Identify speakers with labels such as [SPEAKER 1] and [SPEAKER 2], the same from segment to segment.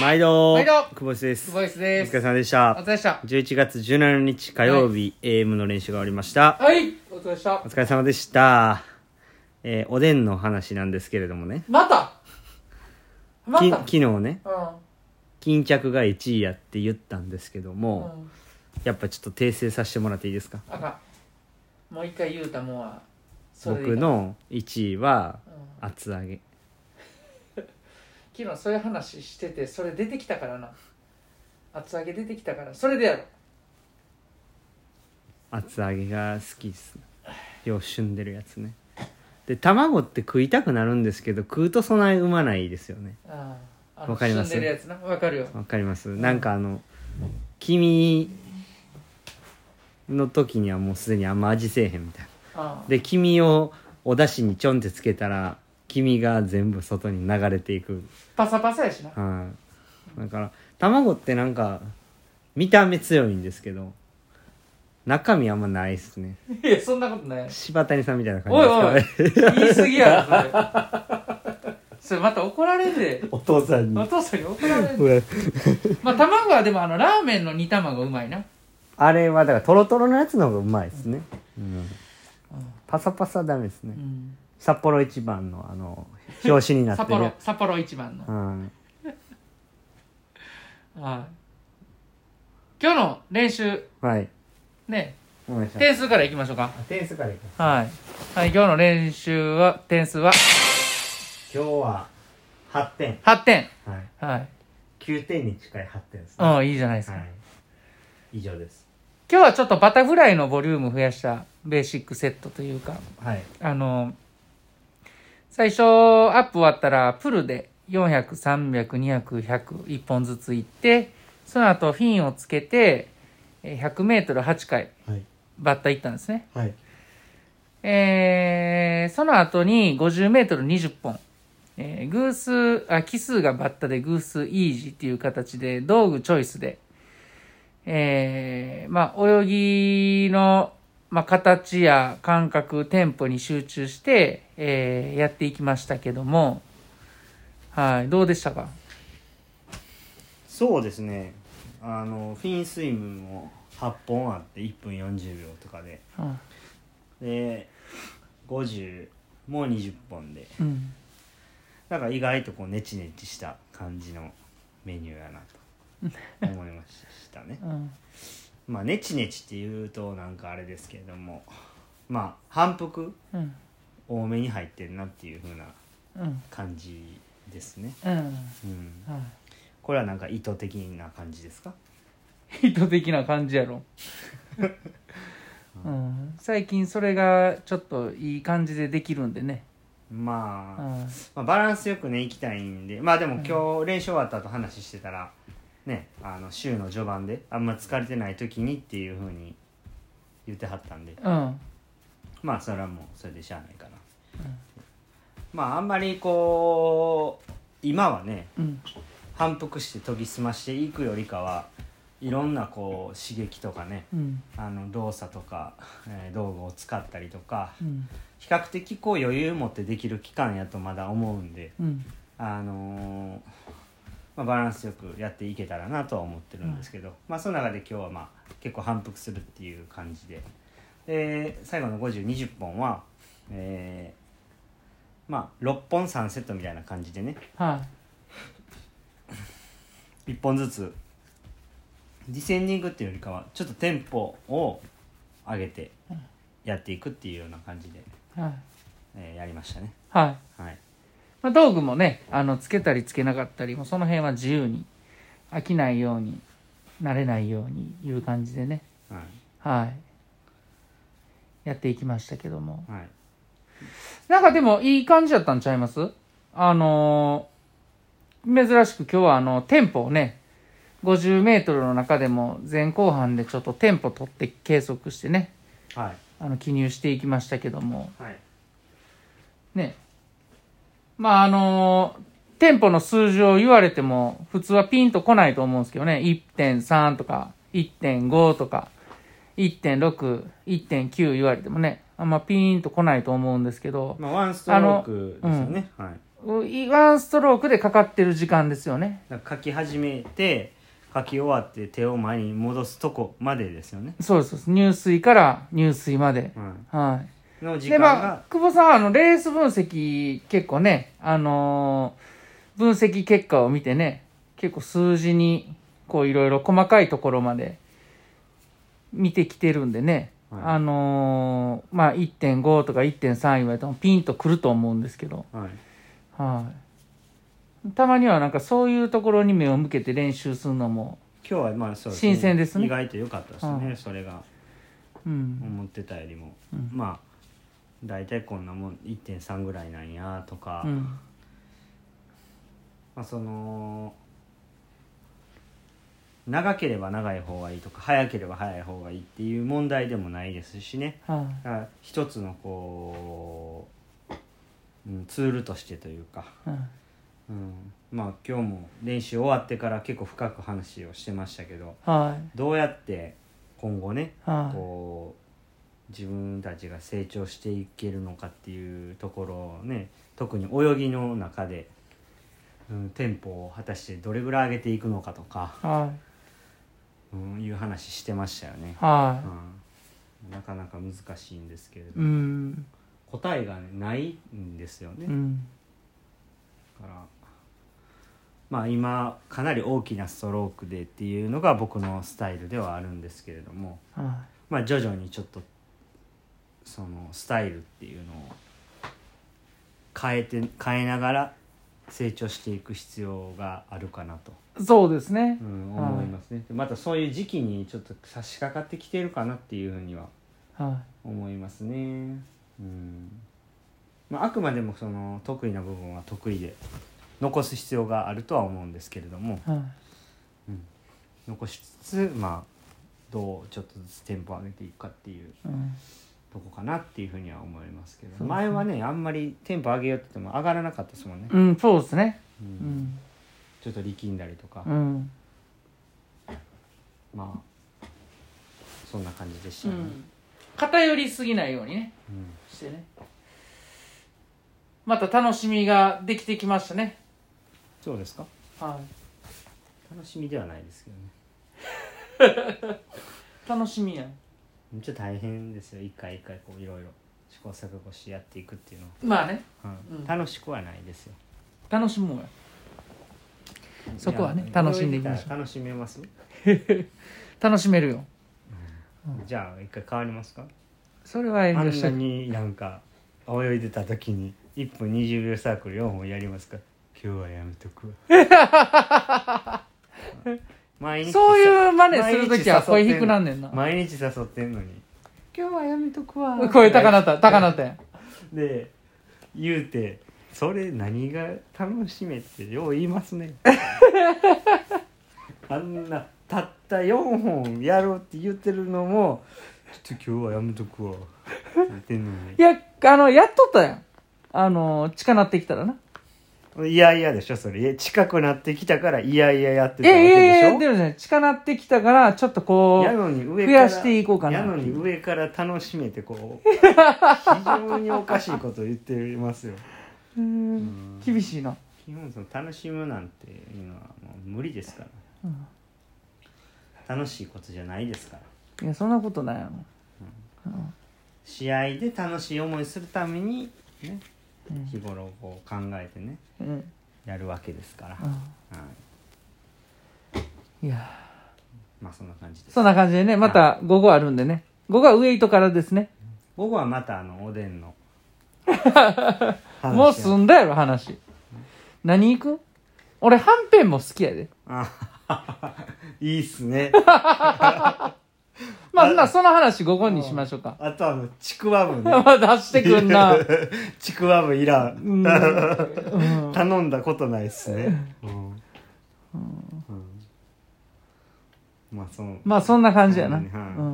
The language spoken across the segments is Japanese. [SPEAKER 1] 毎度
[SPEAKER 2] 毎度
[SPEAKER 1] 久保井です
[SPEAKER 2] ボイスで
[SPEAKER 1] お疲れ
[SPEAKER 2] す。
[SPEAKER 1] 様でし
[SPEAKER 2] お
[SPEAKER 1] た
[SPEAKER 2] 疲れでした。
[SPEAKER 1] 11月17日火曜日、AM の練習が終わりました
[SPEAKER 2] はい、お疲れでした
[SPEAKER 1] お。疲れ様でした、えーおでんの話なんですけれどもね
[SPEAKER 2] またま
[SPEAKER 1] き
[SPEAKER 2] た
[SPEAKER 1] 昨日ね巾着が1位やって言ったんですけど
[SPEAKER 2] うん。う
[SPEAKER 1] も、
[SPEAKER 2] ん。
[SPEAKER 1] やっぱちょっと訂正させてもらっていいですか
[SPEAKER 2] あかん。もう一回言うたもんは、それでいい
[SPEAKER 1] 僕
[SPEAKER 2] から。
[SPEAKER 1] の1位は
[SPEAKER 2] うん
[SPEAKER 1] 厚揚げ
[SPEAKER 2] 昨日そういう話してて、それ出てきたからな。厚揚げ出てきたから、それでやろ。
[SPEAKER 1] 厚揚げが好きですよう旬でるやつねで卵って食いたくなるんですけど食うとそない産まないですよね
[SPEAKER 2] あーあ
[SPEAKER 1] わかります
[SPEAKER 2] 死んでるやつな。わかるよ。
[SPEAKER 1] わかりますなんかあの君の時にはもうすでにあんま味せえへんみたいな
[SPEAKER 2] あー
[SPEAKER 1] で君をお出汁にちょんってつけたら君が全部外に流れていく
[SPEAKER 2] パサパサやしな。
[SPEAKER 1] はいだから卵ってなんか見た目強いんですけど中身あんまないっすね
[SPEAKER 2] いや、そんなことない。
[SPEAKER 1] 柴谷さんみたいな感じ
[SPEAKER 2] おいおい
[SPEAKER 1] ですかね、
[SPEAKER 2] 言い過ぎやろ、それ。 それまた怒られるで。
[SPEAKER 1] お父さん
[SPEAKER 2] お父さんに怒られる。
[SPEAKER 1] うわ
[SPEAKER 2] まあ、卵はでも、あの、ラーメンの煮卵うまいな。
[SPEAKER 1] あれはだからトロトロのやつの方がうまいですね、うん
[SPEAKER 2] うん
[SPEAKER 1] パサパサダメですね、
[SPEAKER 2] うん
[SPEAKER 1] 札幌一番のあの表紙になって
[SPEAKER 2] 札
[SPEAKER 1] る
[SPEAKER 2] 幌札幌一番の、
[SPEAKER 1] うん、
[SPEAKER 2] はい今日の練習
[SPEAKER 1] はい
[SPEAKER 2] ね
[SPEAKER 1] お願いします
[SPEAKER 2] 点数からいきましょうか
[SPEAKER 1] 点数からいきます
[SPEAKER 2] はい、はい、今日の練習は点数は
[SPEAKER 1] 今日は8点、
[SPEAKER 2] 8点
[SPEAKER 1] はい、
[SPEAKER 2] はい
[SPEAKER 1] 9点に近い8点ですね、
[SPEAKER 2] うんいいじゃないですか、
[SPEAKER 1] はい以上です
[SPEAKER 2] 今日はちょっとバタフライのボリューム増やしたベーシックセットというか
[SPEAKER 1] はい
[SPEAKER 2] あの最初アップ終わったらプルで4003002001001本ずついってその後フィンをつけて 100m8 回
[SPEAKER 1] はい
[SPEAKER 2] バッタ行ったんですね
[SPEAKER 1] はい
[SPEAKER 2] えーその後に50メートル20本。えー偶数、あ、奇数がバッタで偶数イージーっていう形で、道具チョイスで、えーまあ、泳ぎの、まあ、形や感覚、テンポに集中して、えーやっていきましたけども、はい、どうでしたか
[SPEAKER 1] そうですねあのフィンスイムも8本あって1分40秒とかで
[SPEAKER 2] うん。
[SPEAKER 1] で50もう20本で
[SPEAKER 2] うん。
[SPEAKER 1] なんか意外とこうネチネチした感じのメニューやなと思いましたね
[SPEAKER 2] うん。
[SPEAKER 1] まあネチネチっていうとなんかあれですけれどもまあ反復
[SPEAKER 2] うん。
[SPEAKER 1] 多めに入ってるなっていう風な
[SPEAKER 2] うん。
[SPEAKER 1] 感じですね、
[SPEAKER 2] うん。
[SPEAKER 1] うん、
[SPEAKER 2] は
[SPEAKER 1] これはなんか意図的な感じですか
[SPEAKER 2] 意図的な感じやろ、うん、最近それがちょっといい感じでできるんでね、う
[SPEAKER 1] まあ、
[SPEAKER 2] ん、
[SPEAKER 1] まあ、バランスよくね行きたいんでまあでも今日練習終わった後話してたらねあの週の序盤であんま疲れてない時にっていう風に言ってはったんで
[SPEAKER 2] うん
[SPEAKER 1] まあそれはもうそれでしゃあないかな、まああんまりこう今はね
[SPEAKER 2] うん
[SPEAKER 1] 反復して研ぎ澄ましていくよりかはいろんなこう刺激とかね
[SPEAKER 2] うん
[SPEAKER 1] あの動作とか、えー道具を使ったりとか
[SPEAKER 2] うん
[SPEAKER 1] 比較的こう余裕持ってできる期間やとまだ思うんで、
[SPEAKER 2] うん
[SPEAKER 1] あのーまあ、バランスよくやっていけたらなとは思ってるんですけど、まあ、その中で今日はまあ結構反復するっていう感じでで最後の5020本は、えーまあ、6本3セットみたいな感じでね
[SPEAKER 2] は
[SPEAKER 1] 1本ずつディセンディングっていうよりかはちょっとテンポを上げてやっていくっていうような感じで、
[SPEAKER 2] いはい
[SPEAKER 1] えーやりましたね。
[SPEAKER 2] はい、
[SPEAKER 1] はい
[SPEAKER 2] まあ、道具もねあのつけたりつけなかったりもその辺は自由に飽きないように慣れないようにいう感じでね
[SPEAKER 1] はい
[SPEAKER 2] はいやっていきましたけども
[SPEAKER 1] はい
[SPEAKER 2] なんかでもいい感じだったんちゃいますあのー珍しく今日はあの、テンポをね、50メートルの中でも前後半でちょっとテンポ取って計測してね、
[SPEAKER 1] はい
[SPEAKER 2] あの、記入していきましたけども、
[SPEAKER 1] はい
[SPEAKER 2] ね。まああのーテンポの数字を言われても普通はピンとこないと思うんですけどね、1.3とか1.5とか1.6、1.9言われてもね、あんまピーンと来ないと思うんですけど、
[SPEAKER 1] まあ、ワンストロークですよね、はい、
[SPEAKER 2] いワンストロークでかかってる時間ですよね。
[SPEAKER 1] だから書き始めて書き終わって手を前に戻すとこまでですよね、
[SPEAKER 2] そうですそうです。入水から入水まで。
[SPEAKER 1] は
[SPEAKER 2] は
[SPEAKER 1] い、
[SPEAKER 2] い。
[SPEAKER 1] の時間
[SPEAKER 2] で、まあ
[SPEAKER 1] が、、
[SPEAKER 2] 久保さんは、あの、レース分析、結構ね、あのー分析結果を見てね、結構数字に、こう、いろいろ細かいところまで、見てきてるんでね、
[SPEAKER 1] はい
[SPEAKER 2] あのーまあ、1.5とか1.3言われても、ピンとくると思うんですけど、
[SPEAKER 1] はい、
[SPEAKER 2] はい。たまには、なんか、そういうところに目を向けて練習するのも、
[SPEAKER 1] 今日はまあそう
[SPEAKER 2] 新鮮ですね
[SPEAKER 1] 意外と良かったですね、
[SPEAKER 2] う
[SPEAKER 1] それが
[SPEAKER 2] うん。
[SPEAKER 1] 思ってたよりも、
[SPEAKER 2] うん
[SPEAKER 1] まあ大体こんなもん1.3ぐらいなんやとか、
[SPEAKER 2] うん。
[SPEAKER 1] まあ、その長ければ長い方がいいとか早ければ早い方がいいっていう問題でもないですしね
[SPEAKER 2] は
[SPEAKER 1] だから一つのこう、うん、ツールとしてというか、
[SPEAKER 2] い。うん
[SPEAKER 1] うん、まあ今日も練習終わってから結構深く話をしてましたけど
[SPEAKER 2] はい。
[SPEAKER 1] どうやって今後ね
[SPEAKER 2] はい。
[SPEAKER 1] こう自分たちが成長していけるのかっていうところをね特に泳ぎの中で、うん、テンポを果たしてどれぐらい上げていくのかとか、
[SPEAKER 2] はい。
[SPEAKER 1] うん、いう話してましたよね、
[SPEAKER 2] は
[SPEAKER 1] うん、なかなか難しいんですけれど、
[SPEAKER 2] い。うん。
[SPEAKER 1] 答えが、ね、ないんですよね、
[SPEAKER 2] う
[SPEAKER 1] だ
[SPEAKER 2] ん。
[SPEAKER 1] からまあ今かなり大きなストロークでっていうのが僕のスタイルではあるんですけれども、
[SPEAKER 2] は
[SPEAKER 1] まあ、徐々にちょっとそのスタイルっていうのを変えて変えながら成長していく必要があるかなと、
[SPEAKER 2] い。そうですね
[SPEAKER 1] う。ん、思いますね、でまたそういう時期にちょっと差し掛かってきてるかなっていうふうには
[SPEAKER 2] は
[SPEAKER 1] 思いますね、うんまあ、あくまでもその得意な部分は得意で残す必要があるとは思うんですけれども
[SPEAKER 2] い。はい。
[SPEAKER 1] 残しつつまあどうちょっとずつテンポを上げていくかっていう
[SPEAKER 2] うん。
[SPEAKER 1] とこかなっていうふうには思いますけど、
[SPEAKER 2] すね
[SPEAKER 1] 前はねあんまりテンポ上げようって言っても上がらなかったですもんね、
[SPEAKER 2] うん、そうですね。
[SPEAKER 1] うん
[SPEAKER 2] うん。
[SPEAKER 1] ちょっと力んだりとか、
[SPEAKER 2] うん。
[SPEAKER 1] まあそんな感じでしたね、うん
[SPEAKER 2] 偏りすぎないようにね。してね。また楽しみができてきましたね。
[SPEAKER 1] そうですか
[SPEAKER 2] は
[SPEAKER 1] 楽しみではないですけどね
[SPEAKER 2] い。楽しみやん。
[SPEAKER 1] めっちゃ大変ですよ一回一回こういろいろ試行錯誤してやっていくっていうの
[SPEAKER 2] まあね、
[SPEAKER 1] は、うん
[SPEAKER 2] うん
[SPEAKER 1] 楽しくはないですよ
[SPEAKER 2] 楽しもうや。そこはね
[SPEAKER 1] いや
[SPEAKER 2] 楽しんでいきましょう
[SPEAKER 1] これ楽しめます、
[SPEAKER 2] 楽しめるよ。
[SPEAKER 1] じゃあ一回変わりますか
[SPEAKER 2] それは遠
[SPEAKER 1] あ
[SPEAKER 2] 慮し
[SPEAKER 1] ん
[SPEAKER 2] た。
[SPEAKER 1] ないに なんか泳いでた時に1分20秒サークル4本やりますか今日はやめとくわ 毎日さ
[SPEAKER 2] そういう真似するときは声低くなんねんな。
[SPEAKER 1] 毎日誘ってんのに今日はやめとくわ
[SPEAKER 2] 声高なった、高なったやん。
[SPEAKER 1] で言うてそれ何が楽しめってよう言います ねあんなたった4本やろうって言ってるのもちょっと今日はやめとくわ言ってんのに
[SPEAKER 2] いや、あの、やっとったやん。あの、近なってきたらな。
[SPEAKER 1] いやいやでしょそれいや近くなってきたからいやいややって
[SPEAKER 2] い
[SPEAKER 1] たわ
[SPEAKER 2] やいやい
[SPEAKER 1] け
[SPEAKER 2] や、で
[SPEAKER 1] でしょ
[SPEAKER 2] もね、近なってきたから、ちょっとこ
[SPEAKER 1] や
[SPEAKER 2] う、
[SPEAKER 1] のに上
[SPEAKER 2] 増
[SPEAKER 1] から
[SPEAKER 2] やしていこうかな
[SPEAKER 1] や
[SPEAKER 2] っていう
[SPEAKER 1] のに上から楽しめてこう非常におかしいこと言ってますよ
[SPEAKER 2] うーん厳しいな。
[SPEAKER 1] 基本その楽しむなんていうのはもう無理ですから
[SPEAKER 2] うん
[SPEAKER 1] 楽しいことじゃないですから
[SPEAKER 2] いや、そんなことないやろ。
[SPEAKER 1] 試合で楽しい思いするためにね
[SPEAKER 2] うん
[SPEAKER 1] 日頃こう考えてね
[SPEAKER 2] うん
[SPEAKER 1] やるわけですから、
[SPEAKER 2] う
[SPEAKER 1] はい、
[SPEAKER 2] んいや
[SPEAKER 1] まあそんな感じです
[SPEAKER 2] そんな感じでね、また午後あるんでね。午後はウエイトからですね。
[SPEAKER 1] 午後はまたあのおでんの話を
[SPEAKER 2] もう済んだやろ、話。何行く俺、はんぺんも好きやで。
[SPEAKER 1] あいいっすね
[SPEAKER 2] まあ、ほんならその話午後にしましょうか。
[SPEAKER 1] あとあのちくわぶね
[SPEAKER 2] まあ出してくんな。
[SPEAKER 1] ちくわぶいら
[SPEAKER 2] うんんうん
[SPEAKER 1] 頼んだことないっすねうん、うんまあその
[SPEAKER 2] まあ、そんな感じやな。う
[SPEAKER 1] うん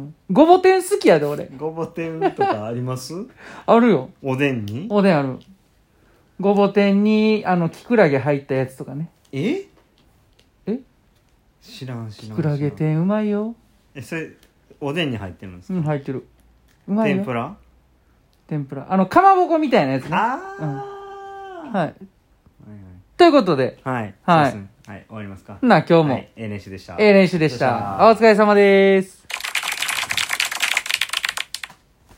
[SPEAKER 2] んごぼ天好きやで、俺。
[SPEAKER 1] ごぼ天とかあります
[SPEAKER 2] あるよ。
[SPEAKER 1] おでんに
[SPEAKER 2] おでんある。ごぼ天に、あの、きくらげ入ったやつとかね。
[SPEAKER 1] え
[SPEAKER 2] え
[SPEAKER 1] 知らん知らん知
[SPEAKER 2] き
[SPEAKER 1] らん
[SPEAKER 2] くらげ天うまいよ。
[SPEAKER 1] えそれおでんに入ってるんです
[SPEAKER 2] う
[SPEAKER 1] か、
[SPEAKER 2] ん、入ってる。うまい
[SPEAKER 1] 天ぷ
[SPEAKER 2] よ。
[SPEAKER 1] ら
[SPEAKER 2] 天ぷら。あの、かまぼこみたいなやつね。
[SPEAKER 1] あ
[SPEAKER 2] はい。
[SPEAKER 1] あ
[SPEAKER 2] ということで、
[SPEAKER 1] はい
[SPEAKER 2] はい
[SPEAKER 1] そうですねはい終わりますか
[SPEAKER 2] ほな、今日も、
[SPEAKER 1] はい、ええ練習でした
[SPEAKER 2] ええ練習でし
[SPEAKER 1] お疲れ様でした
[SPEAKER 2] た。お疲れ様です。